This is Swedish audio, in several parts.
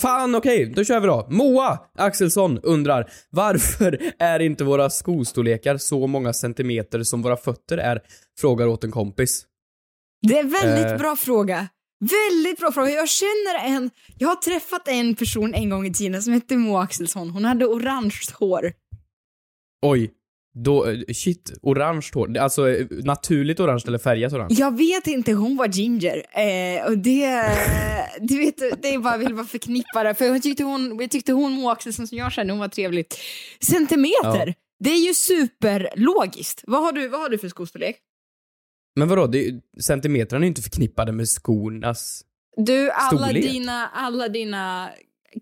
Fan okej, då kör vi då. Moa Axelsson undrar varför är inte våra skostorlekar så många centimeter som våra fötter är? Frågar åt en kompis. Det är en väldigt Eh. bra fråga. Väldigt bra fråga. Jag känner en... Jag har träffat en person en gång i tiden som hette Moa Axelsson. Hon hade orange hår. Oj. Då, eh, shit, orange hår. Alltså eh, naturligt orange eller färgat orange? Jag vet inte, hon var ginger. Eh, och det... Du vet, det är bara, jag vill bara förknippa det. För jag tyckte hon, jag tyckte hon Moa Axelsson som jag kände, hon var trevlig. Centimeter! Det är ju superlogiskt. Vad har du, vad har du för skostorlek? Men vadå, det, är- centimetrarna är ju inte förknippade med skornas... Du, alla Storlek. dina, alla dina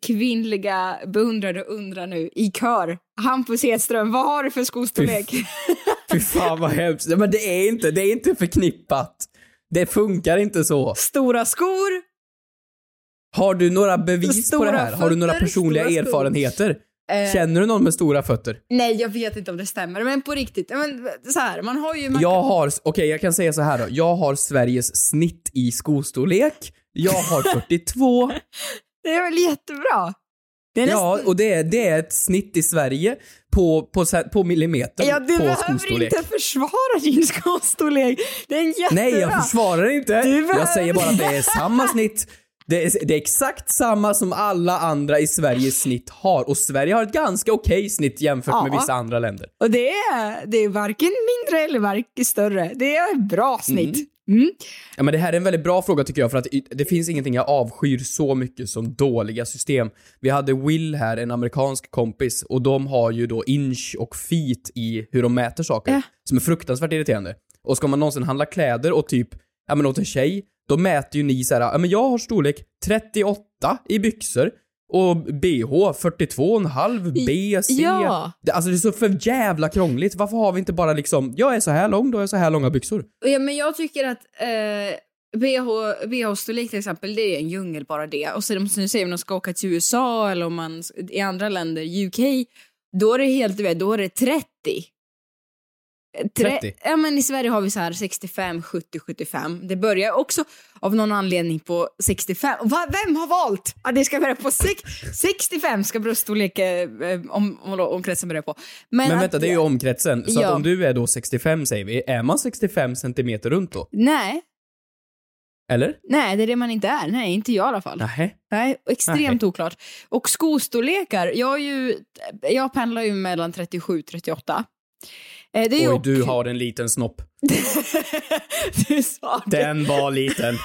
kvinnliga beundrare undrar nu i kör. Hampus Hedström, vad har du för skostorlek? Fy fan vad hemskt. Nej, Men det är inte, det är inte förknippat. Det funkar inte så. Stora skor? Har du några bevis på Stora det här? Har du några fötter, personliga stora skor. erfarenheter? Eh, Känner du någon med stora fötter? nej, jag vet inte om det stämmer, men på riktigt. Men, så här, man har ju... Man Jag har, okej jag kan säga så här då. Jag har Sveriges snitt i skostorlek. Jag har 42. Det är väl jättebra? Det är ja, nästan- och det är, det är ett snitt i Sverige på, på, så här- på millimeter ja, du på behöver skostorlek. inte försvara din skostorlek. Det är jättebra. Nej, jag försvarar inte. behöver- Jag säger bara att det är samma snitt. Det är, det är exakt samma som alla andra i Sveriges snitt har. Och Sverige har ett ganska okej snitt jämfört med Ja. vissa andra länder. Och det är, det är varken mindre eller varken större. Det är ett bra snitt. Mm. Ja, men det här är en väldigt bra fråga tycker jag för att i- det finns ingenting jag avskyr så mycket som dåliga system. Vi hade Will här, en amerikansk kompis, och de har ju då inch och feet i hur de mäter saker. Ja. Som är fruktansvärt irriterande. Och ska man någonsin handla kläder och typ, ja men åt en tjej, då mäter ju ni såhär, ja men jag har storlek 38 i byxor och bh 42,5 B, C. Ja. Det, alltså det är så för jävla krångligt. Varför har vi inte bara liksom, jag är så här lång, då har jag så här långa byxor. Ja, men jag tycker att eh, BH, BH-storlek till exempel, det är en djungel bara det. Och sen måste man säga om man ska åka till USA eller om man s- i andra länder, UK, då är det helt, du vet, då är det 30. Eh, tre- 30? Ja, men i Sverige har vi så här 65, 70, 75. Det börjar också av någon anledning på 65. Va, vem har valt att det ska börja på sex, 65 ska bröststorlek eh, om, om, om kretsen börjar på. Men att- vänta, det är ju omkretsen. Så Ja. att om du är då 65 säger vi, är man 65 centimeter runt då? Nej, Eller? nej, det är det man inte är. Nej, inte jag i alla fall. Nej. Nej, extremt oklart. Och skostorlekar, jag, är ju, jag pendlar ju mellan 37 och 38. Eh, Det är ju Oj, ok- du har en liten snopp. du sa det. Den var liten.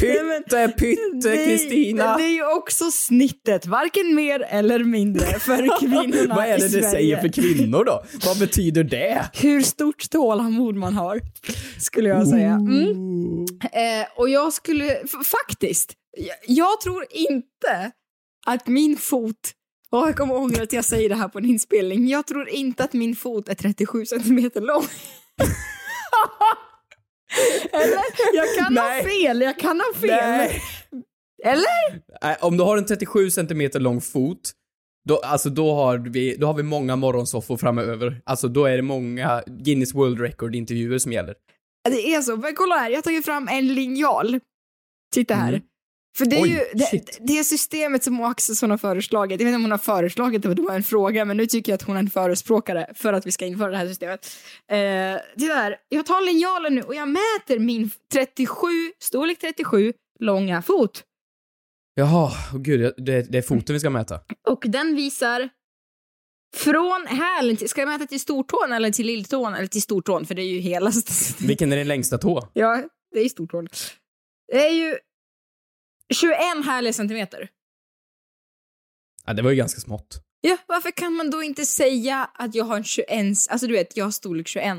Pytte, pytte, Det är- Kristina. Det är ju också snittet, varken mer eller mindre för kvinnorna Vad är i det det Sverige. säger för kvinnor då? Vad betyder det? Hur stort tålamod man har, skulle jag säga. Mm. Eh, och jag skulle, f- faktiskt, jag, jag tror inte att min fot, åh jag kommer ångra att jag säger det här på en inspelning, jag tror inte att min fot är 37 centimeter lång. Eller? Jag kan Nej. ha fel, jag kan ha fel. Nej. Eller? Nej, Om du har en 37 centimeter lång fot, då, alltså då, har vi, då har vi många morgonsoffor framöver. Alltså då är det många Guinness World Record-intervjuer som gäller. Det är så, men kolla här, jag har tagit fram en linjal. Titta här. Mm. För det är Oj, ju det, shit. det systemet som Axelsson har föreslagit, jag vet inte om hon har föreslagit det, det var en fråga, men nu tycker jag att hon är en förespråkare för att vi ska införa det här systemet. Eh, titta här, jag tar linjalen nu och jag mäter min 37, storlek 37, långa fot. Jaha, åh gud, jag- det, det är foten vi ska mäta. Och den visar från hälen, till- ska jag mäta till stortån eller till lilltån? Eller till stortån, för det är ju hela... Vilken är din längsta tå? Ja, det är stortån. Det är ju 21 härliga centimeter. Ja, det var ju ganska smått. Ja, varför kan man då inte säga att jag har en 21, alltså du vet, jag har storlek 21.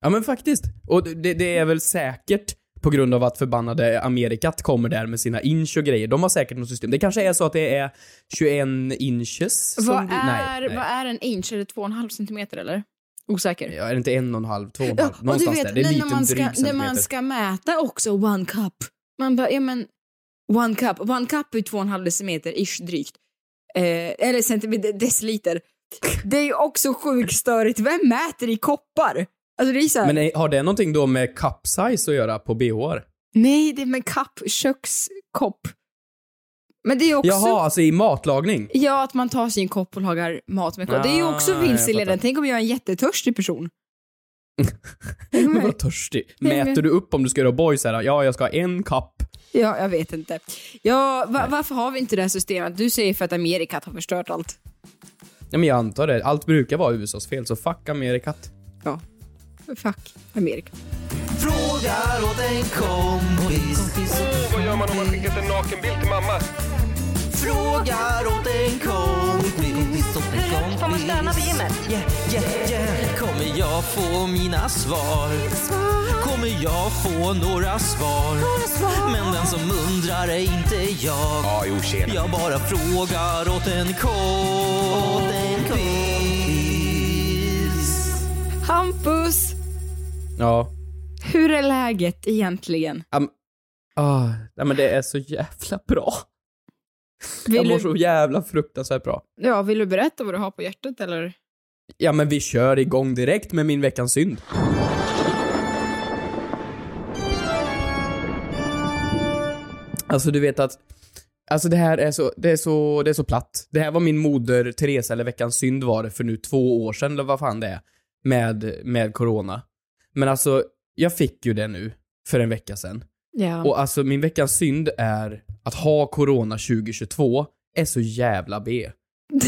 Ja men faktiskt. Och det, det är väl säkert på grund av att förbannade Amerikat kommer där med sina inch och grejer. De har säkert något system. Det kanske är så att det är 21 inches som Vad blir- är, nej, nej. vad är en inch? Är det två och en halv centimeter eller? Osäker. Ja, är det inte en och en halv, två och en Ja, halv? och du Någonstans vet, där. Det är en när liten man ska, dryg när centimeter. man ska mäta också one cup. Man bara, ja men one cup. One cup är ju två och en halv decimeter ish drygt. Eh, eller centimeter, deciliter. Det är ju också sjukt störigt. Vem mäter i koppar? Alltså det är så här, Men är- har det någonting då med cup size att göra på bhar? nej det är med kapp, kökskopp. Men det är ju också Jaha, alltså i matlagning? Ja, att man tar sin kopp och lagar mat med kopp. det är ju också Ah, jag vilseledande. fattar. Tänk om jag är en jättetörstig person. Men vad törstig. Nej, men- Mäter du upp om du ska göra boy så här, ja jag ska ha en kapp. ja, jag vet inte. Ja, va- varför har vi inte det här systemet? Du säger för att Amerika har förstört allt. Ja, men jag antar det. Allt brukar vara USAs fel, så fuck Amerikat. Ja. Fuck Amerika. Frågar åt en kompis. Vad gör man om man skickat en nakenbild till mamma? Frågar åt en kompis. Åt en kompis. Får man stanna vid gymmet? Yeah, yeah, yeah. Kommer jag få mina svar? Kommer jag få några svar? Men den som undrar är inte jag. Ja, jo tjena. Jag bara frågar åt en kompis. Hampus, Ja. hur är läget egentligen? Ah, nej, men det är så jävla bra. Jag Vill mår du, så jävla fruktansvärt bra. ja, vill du berätta vad du har på hjärtat eller? Ja, men vi kör igång direkt med min veckans synd. Alltså, du vet att... Alltså det här är så, det är så, det är så platt. Det här var min moder Teresa, eller veckans synd var det för nu två år sedan, eller vad fan det är, med, med corona. Men alltså, jag fick ju det nu, för en vecka sedan. Ja. Och alltså min veckans synd är att ha corona 2022 är så jävla B.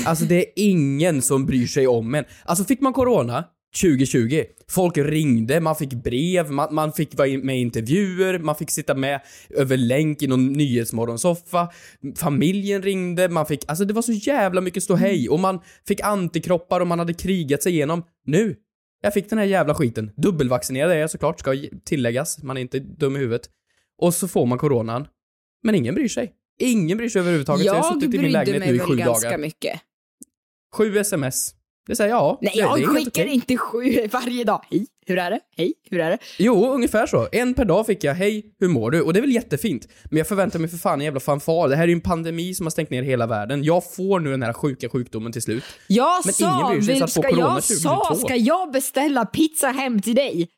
Alltså det är ingen som bryr sig om en. Alltså fick man corona 2020, folk ringde, man fick brev, man, man fick vara in- med i intervjuer, man fick sitta med över länk i någon nyhetsmorgonsoffa, familjen ringde, man fick, alltså det var så jävla mycket ståhej och man fick antikroppar och man hade krigat sig igenom. Nu, jag fick den här jävla skiten. Dubbelvaccinerad är jag såklart, ska tilläggas, man är inte dum i huvudet. Och så får man coronan. Men ingen bryr sig. Ingen bryr sig överhuvudtaget. så jag har jag suttit i min brydde lägenhet nu mig i väl sju ganska dagar. mycket. Sju sms. Det säger jag. Nej, det, det jag är helt skickar okej. inte sju varje dag. Hej, hur är det? Hej, hur är det? Jo, ungefär så. En per dag fick jag, hej, hur mår du? Och det är väl jättefint. Men jag förväntar mig för fan en jävla fanfar. Det här är ju en pandemi som har stängt ner hela världen. Jag får nu den här sjuka sjukdomen till slut. Jag Men ingen sa, bryr sig, vill, så att få ska corona jag sa, 2022. ska jag beställa pizza hem till dig?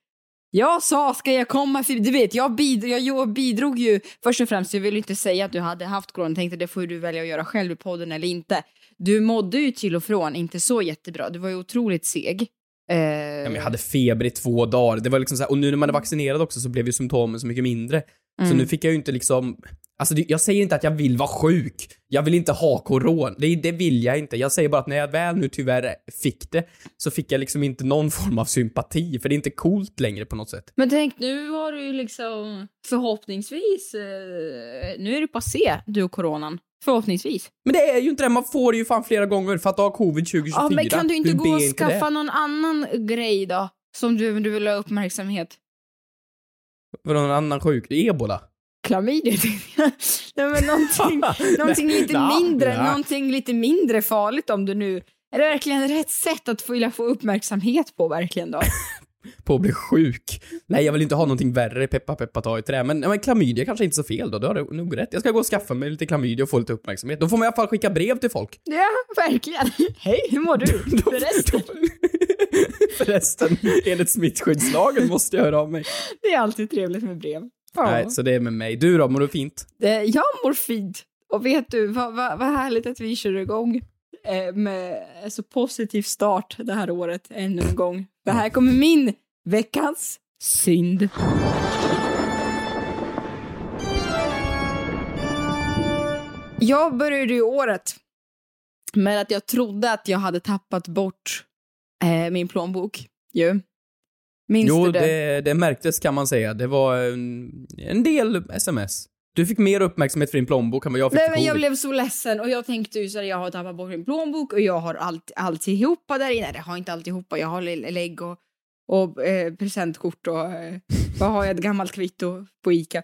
Jag sa, ska jag komma för Du vet, jag, bidrog, jag, jag bidrog ju först och främst, jag ville inte säga att du hade haft corona, tänkte det får du välja att göra själv i podden eller inte. Du mådde ju till och från inte så jättebra, du var ju otroligt seg. Eh, Ja, men jag hade feber i två dagar. Det var liksom så här, och nu när man är vaccinerad också så blev ju symptomen så mycket mindre. Mm. Så nu fick jag ju inte liksom... Alltså det, jag säger inte att jag vill vara sjuk. Jag vill inte ha corona. Det, det vill jag inte. Jag säger bara att när jag väl nu tyvärr fick det så fick jag liksom inte någon form av sympati. För det är inte coolt längre på något sätt. Men tänk, nu har du ju liksom förhoppningsvis, eh, nu är det passé, du och coronan. Förhoppningsvis. Men det är ju inte det. Man får det ju fan flera gånger för att ha covid 2024. Ja, men kan du inte Hur gå och ber det? skaffa någon annan grej då? Som du, du vill ha uppmärksamhet? För någon annan sjuk? Ebola? Klamydia tänkte jag. Nej men någonting, någonting lite Nej, mindre, nej. någonting lite mindre farligt om du nu... Är det verkligen rätt sätt att vilja få uppmärksamhet på verkligen då? På att bli sjuk? Nej, jag vill inte ha någonting värre. Peppa, peppa, ta i trä. Men, men klamydia kanske inte är så fel då. Du har det nog rätt. Jag ska gå och skaffa mig lite klamydia och få lite uppmärksamhet. Då får man i alla fall skicka brev till folk. Ja, verkligen. Hej, hur mår du? Förresten, Förresten, enligt smittskyddslagen måste jag höra av mig. det är alltid trevligt med brev. Ja. Nej, så det är med mig. Du då, mår du fint? Eh, Jag mår fint. Och vet du, vad, vad, vad härligt att vi kör igång eh, med en så positiv start det här året ännu en gång. Det här kommer min veckans synd. Jag började ju året med att jag trodde att jag hade tappat bort eh, min plånbok. Ju. Minns Jo, du det? det, det märktes kan man säga. Det var en, en del sms. Du fick mer uppmärksamhet för din plånbok än vad jag fick Nej, för men jag covid. blev så ledsen och jag tänkte ju så här, jag har tappat bort min plånbok och jag har allt, alltihopa där inne. Nej, det har inte alltihopa, jag har lä- lägg och och eh, presentkort och eh, vad har jag, ett gammalt kvitto på Ica.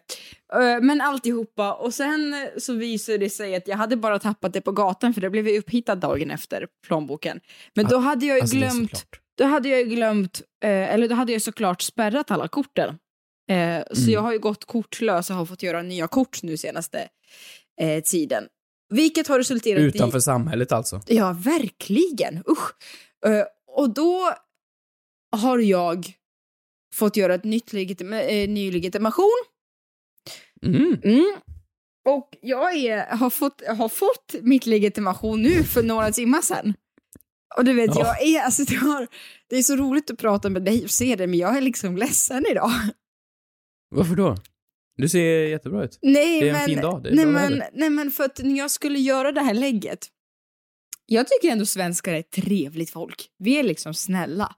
Eh, men alltihopa och sen eh, så visade det sig att jag hade bara tappat det på gatan för det blev ju upphittad dagen efter plånboken. Men då hade jag ju Alltså, det är glömt såklart. då hade jag ju glömt, eh, eller då hade jag såklart spärrat alla korten. Eh, så Mm. jag har ju gått kortlös och har fått göra nya kort nu senaste eh, tiden. Vilket har resulterat Utanför i... samhället alltså. Ja, verkligen. Usch. Eh, och då har jag fått göra ett nytt legitima- eh, ny legitimation. Mm. Mm. Och jag är, har, fått, har fått mitt legitimation nu för några timmar sedan. Och du vet, Ja. jag är, alltså, det, har, det är så roligt att prata med dig och se det, men jag är liksom ledsen idag. Varför då? Du ser jättebra ut. Nej, Det är en men, fin dag, det är nej, bra men, väder. nej, men för att när jag skulle göra det här lägget. Jag tycker ändå svenskar är ett trevligt folk. Vi är liksom snälla.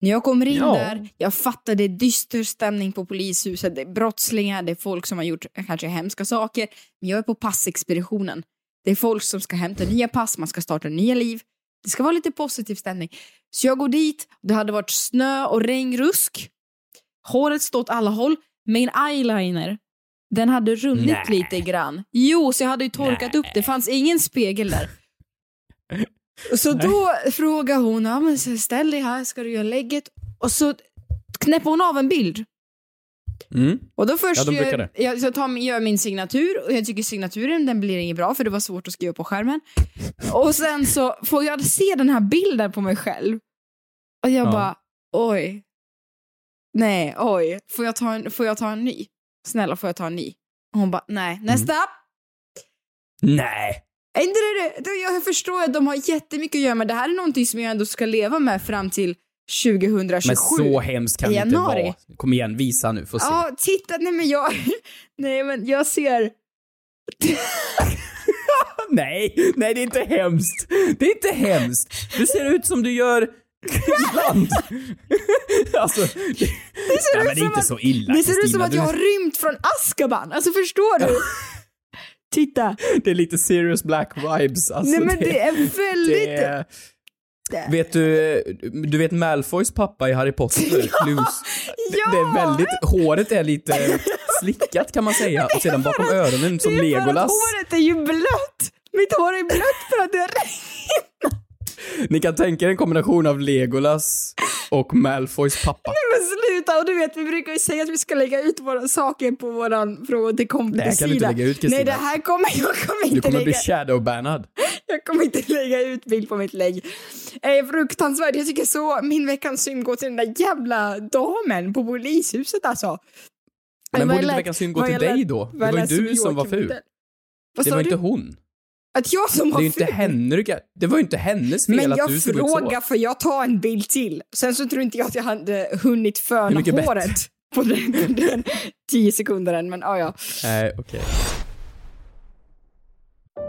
När jag kommer in Ja. där, jag fattar det är dyster stämning på polishuset, det är brottslingar, det är folk som har gjort kanske hemska saker. Men jag är på passexpeditionen. Det är folk som ska hämta nya pass, man ska starta nya liv. Det ska vara lite positiv stämning. Så jag går dit, det hade varit snö och regnrusk. Håret står åt alla håll. Min eyeliner, den hade runnit Nej. lite grann. Jo, så jag hade ju torkat upp det. fanns ingen spegel där. Så då frågar hon, ja, men så ställ dig här, ska du göra lägget? Och så knäpper hon av en bild. Mm. Och då först Ja, de brukar gör, det. jag, jag tar, gör min signatur och jag tycker signaturen den blir inget bra för det var svårt att skriva på skärmen. Och sen så får jag se den här bilden på mig själv. Och jag Ja. bara, oj. Nej, oj. Får jag, ta en, får jag ta en ny? Snälla får jag ta en ny? Och hon bara, nej, nästa. Mm. Nej. Är Inte det, det, jag förstår att de har jättemycket att göra men det här är någonting som jag ändå ska leva med fram till 2027. Men så hemskt kan det inte Januari. vara. Kom igen, visa nu. Få se. Ja, titta, nej men jag, nej men jag ser Nej, nej det är inte hemskt. Det är inte hemskt. Du ser ut som du gör ibland. alltså, det, ser ut nej, men det är som inte att- så illa Det ser ut som Kristina. att jag har Du- rymt från Azkaban, alltså förstår du? Titta, Det är lite serious black vibes. Alltså, nej men det är väldigt... det är- Vet du, du vet Malfoys pappa i Harry Potter, Luz. ja! Det är väldigt, håret är lite slickat kan man säga och sedan bakom öronen som det är för att Legolas. håret är ju blött! Mitt hår är blött för att det har regnat! Ni kan tänka er en kombination av Legolas och Malfoys pappa. Men sluta! Och du vet, vi brukar ju säga att vi ska lägga ut våra saker på våran fråga till Det här kompis kan du inte lägga ut, Kristina. Nej, det här kommer jag kommer Du inte kommer bli lägga. shadowbannad. Jag kommer inte lägga ut bild på mitt lägg. Eh, fruktansvärt. Jag tycker så. Min veckans synd går till den där jävla damen på polishuset alltså. vad Men borde jag inte lät- veckans synd gå vad till jag dig lät- då? Det vad jag var ju lät du som var Joakim ful. Odell. Vad Det sa var du? inte hon. Att jag som Det var är ju inte ful? Henrika. Det var ju inte hennes fel Men att jag du såg ut så. frågar för jag tar en bild till. Sen så tror inte jag att jag hade hunnit Hur föna mycket bättre? håret på den, på den tio sekunderen. Men ja, ja. Nej, okej.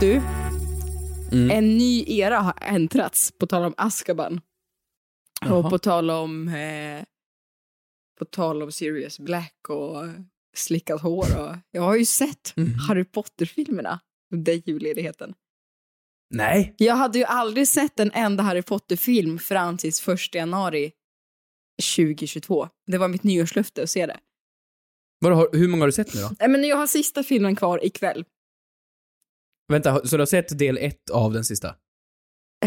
Du, en ny era har äntrats på tal om Azkaban. Och på tal om eh, på tal om Sirius Black och slickat hår. Och, jag har ju sett Harry Potter-filmerna under julledigheten. Nej. Jag hade ju aldrig sett en enda Harry Potter-film fram till 1 januari 2022. Det var mitt nyårslöfte att se det. Vadå, har- hur många har du sett nu då? Nej, men jag har sista filmen kvar ikväll. Vänta, har- så du har sett del ett av den sista?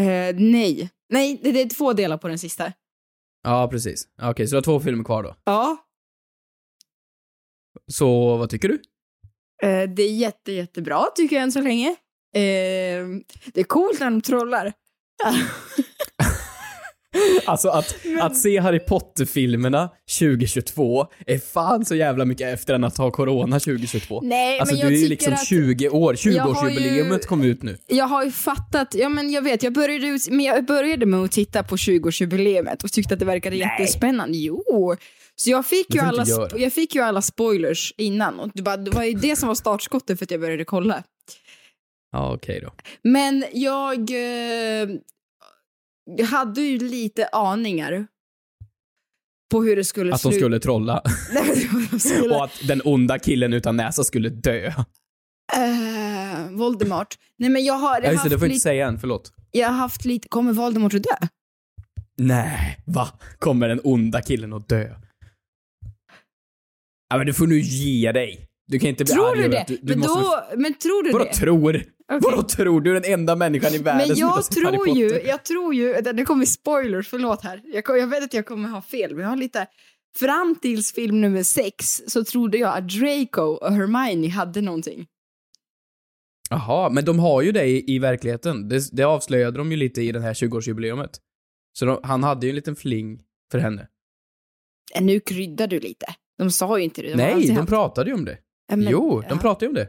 Eh, nej. Nej, det, det är två delar på den sista. Ja, precis. Okej, så du har två filmer kvar då. Ja. Så vad tycker du? Eh, det är jätte, jättebra tycker jag än så länge. Eh, det är coolt när de trollar. Alltså att, att se Harry Potter-filmerna 2022 är fan så jävla mycket efter än att ha corona 2022. Nej, alltså men jag du är ju tycker liksom att... 20 år, Jag har 20-årsjubileumet ju- kom ut nu. Jag har ju fattat, ja men jag vet, jag började, ut- men jag började med att titta på 20-årsjubileet och tyckte att det verkade jättespännande. Jo! Så jag fick, Det ju får du alla, inte sp- göra. jag fick ju alla spoilers innan och det, bara, det var ju det som var startskottet för att jag började kolla. Ja, okej då. Men jag eh, jag hade ju lite aningar på hur det skulle Att de sluta. skulle trolla. Nej, men det var- de skulle... Och att den onda killen utan näsa skulle dö. Eh, Voldemort. Nej men jag har, Ja, just det, haft, det får jag inte lite, säga än, förlåt. jag har haft lite, kommer Voldemort att dö? Nej, va? Kommer den onda killen att dö? Ja, men du får nu ge dig. Du kan inte bli Tror arg du över det? att Du, du men, måste... då, men tror du Vadå typ det? tror? Vadå Okej. tror? Du är den enda människan i världen Men som inte har jag sett Harry tror Potter. ju, jag tror ju, det kommer spoilers, förlåt här. Jag, kom- jag vet att jag kommer ha fel, men jag har lite... Fram tills film nummer sex så trodde jag att Draco och Hermione hade någonting. Jaha, men de har ju det i, i verkligheten. Det, det avslöjade de ju lite i den här 20-årsjubileumet. Så de, han hade ju en liten fling för henne. Äh, Nu kryddar du lite. De sa ju inte det. De har Nej, alltid de haft- pratade ju om det. Ja, men- jo, de ja, pratade ju om det.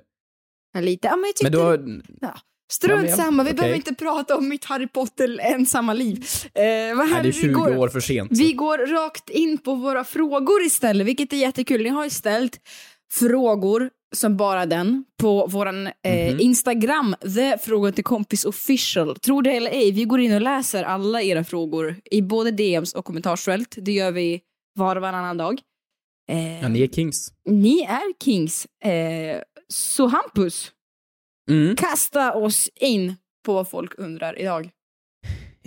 ja, lite. Ja, men jag tyckte... Men du har... Ja, Strunt men jag- samma, vi okej. behöver inte prata om mitt Harry Potter ensamma liv. Eh, vad Nej, det är händer? 20 vi, går, år för sent. vi går rakt in på våra frågor istället, vilket är jättekul. Ni har ju ställt frågor som bara den på våran eh, Mhm. Instagram, the fråga till kompis official. Tror det eller ej, vi går in och läser alla era frågor i både DMs och kommentarsfält. Det gör vi var och varannan dag. Eh, Ja, ni är kings. Ni är kings. Eh, så Hampus, Mm. kasta oss in på vad folk undrar idag.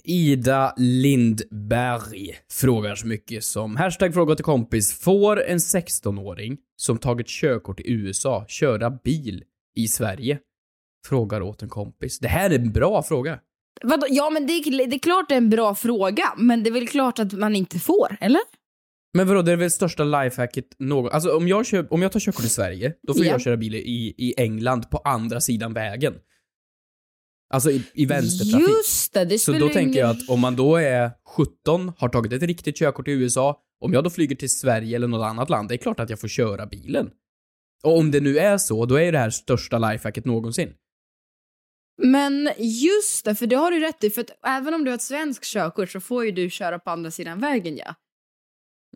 Ida Lindberg frågar så mycket som hashtag fråga till kompis. Får en 16-åring som tagit körkort i USA köra bil i Sverige? Frågar åt en kompis. Det här är en bra fråga. Vadå? Ja, men det är, det är klart det är en bra fråga, men det är väl klart att man inte får, eller? Men vadå, det är väl största lifehacket någon... Alltså om jag, kör, om jag tar körkort i Sverige, då får Ja. jag köra bil i, i England på andra sidan vägen. Alltså i, i vänstertrafik. Just det, det Så spelar då ingen- tänker jag att om man då är 17, har tagit ett riktigt körkort i USA, om jag då flyger till Sverige eller något annat land, det är klart att jag får köra bilen. Och om det nu är så, då är det här största lifehacket någonsin. Men just det, för det har du rätt i, för att även om du har ett svenskt körkort så får ju du köra på andra sidan vägen, ja.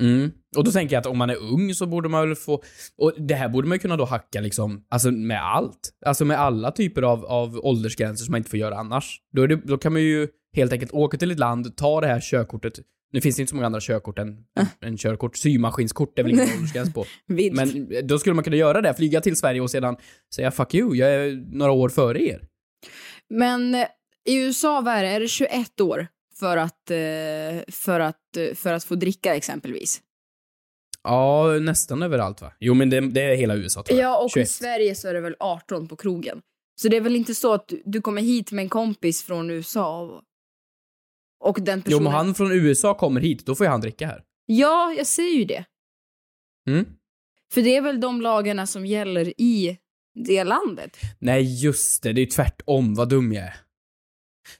Mm. Och då tänker jag att om man är ung så borde man väl få... Och det här borde man ju kunna då hacka liksom, alltså med allt. Alltså med alla typer av, av åldersgränser som man inte får göra annars. Då, är det, då kan man ju helt enkelt åka till ett land, ta det här körkortet. Nu finns det inte så många andra körkort än, än körkort. Symaskinskort är väl ingen åldersgräns på. Vilt. Men då skulle man kunna göra det, flyga till Sverige och sedan säga 'fuck you, jag är några år före er'. Men eh, i USA, vad är det, är det 21 år för att, eh, för att, eh, för att få dricka exempelvis? Ja, nästan överallt va? Jo men det, det är hela USA tror jag. Ja, och 21. i Sverige så är det väl 18 på krogen. Så det är väl inte så att du, du kommer hit med en kompis från USA och, och den Jo personen... men om han från USA kommer hit, då får ju han dricka här. Ja, jag säger ju det. Mm. För det är väl de lagarna som gäller i det landet. Nej, just det. Det är ju tvärtom. Vad dum jag är.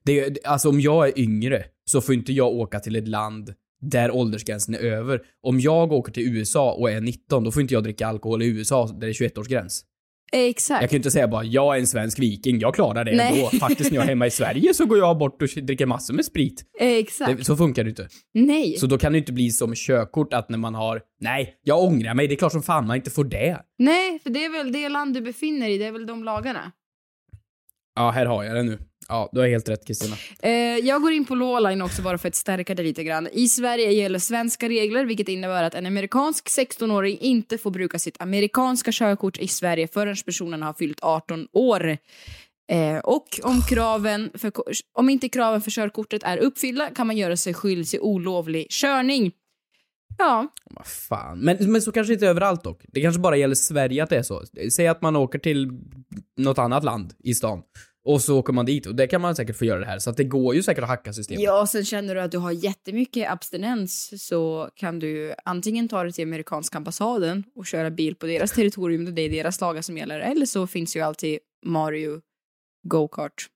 Det är, alltså om jag är yngre så får inte jag åka till ett land där åldersgränsen är över. Om jag åker till USA och är 19, då får inte jag dricka alkohol i USA där det är 21-årsgräns. Exakt. Jag kan ju inte säga bara jag är en svensk viking, jag klarar det Nej. ändå. Faktiskt när jag är hemma i Sverige så går jag bort och dricker massor med sprit. Exakt. Det, så funkar det ju inte. Nej. Så då kan det ju inte bli som körkort att när man har, nej, jag ångrar mig, det är klart som fan man inte får det. Nej, för det är väl det land du befinner dig i, det är väl de lagarna. Ja, här har jag det nu. Ja, du har helt rätt Kristina. Eh, jag går in på lawline också bara för att stärka det lite grann. I Sverige gäller svenska regler vilket innebär att en amerikansk 16-åring inte får bruka sitt amerikanska körkort i Sverige förrän personen har fyllt 18 år. Eh, och om, kraven för, om inte kraven för körkortet är uppfyllda kan man göra sig skyldig till olovlig körning. Ja, Vad fan. Men, men så kanske inte överallt dock. Det kanske bara gäller Sverige att det är så. Säg att man åker till något annat land i stan Och så åker man dit och det kan man säkert få göra det här. Så att det går ju säkert att hacka systemet. Ja, sen känner du att du har jättemycket abstinens så kan du ju antingen ta dig till amerikanska ambassaden och köra bil på deras territorium och det är deras lagar som gäller. Eller så finns ju alltid Mario Go-kart.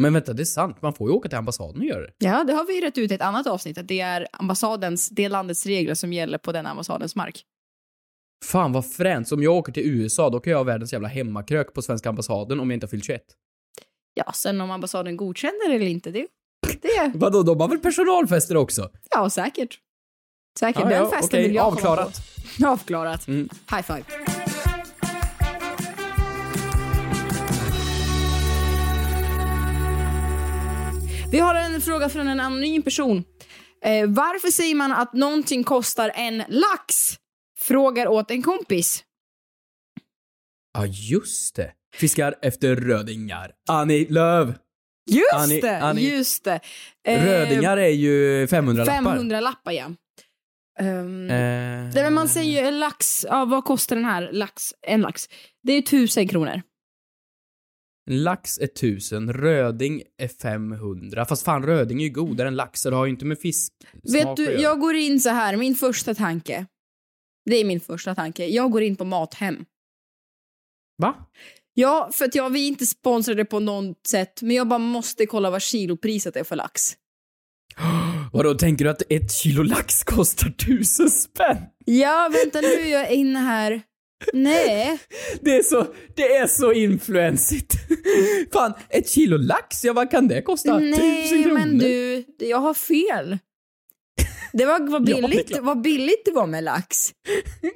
Men vänta, det är sant. Man får ju åka till ambassaden och göra det. Ja, det har vi rätt ut i ett annat avsnitt att det är ambassadens, det landets regler som gäller på den ambassadens mark. Fan vad fränt. Om jag åker till USA, då kan jag ha världens jävla hemmakrök på svenska ambassaden om jag inte har fyllt 21. Ja, sen om ambassaden godkänner det eller inte, det, det Vadå, de har väl personalfester också? Ah, ja säkert. Säkert, den festen okej. vill jag kolla Avklarat. på. Avklarat. Mm. High five. Vi har en fråga från en anonym person. Eh, varför säger man att någonting kostar en lax? Frågar åt en kompis. Ja, just det. Fiskar efter rödingar. Annie Lööf! Just Annie- det! Annie- just det. Eh, Rödingar är ju 500-lappar. 500 lappar, ja. Ehm, Eh, Nej men man säger ju en lax, ja, vad kostar den här lax, en lax? Det är tusen kronor. en lax är 1000, röding är 500. Fast fan, röding är ju godare än lax, så det har ju inte med fisk Vet du, jag går in så här, min första tanke. Det är min första tanke. Jag går in på Mathem. Va? Ja, för att jag, vi är inte sponsrade på något sätt, men jag bara måste kolla vad kilopriset är för lax. Vadå, tänker du att ett kilo lax kostar 1000 spänn? Ja, vänta nu är jag inne här. Nej. Det är så, det är så influensigt. Fan, ett kilo lax, ja vad kan det kosta? Tusen Nej, kronor? men du, jag har fel. Det var vad Ja, det är billigt, klart. vad billigt det var med lax.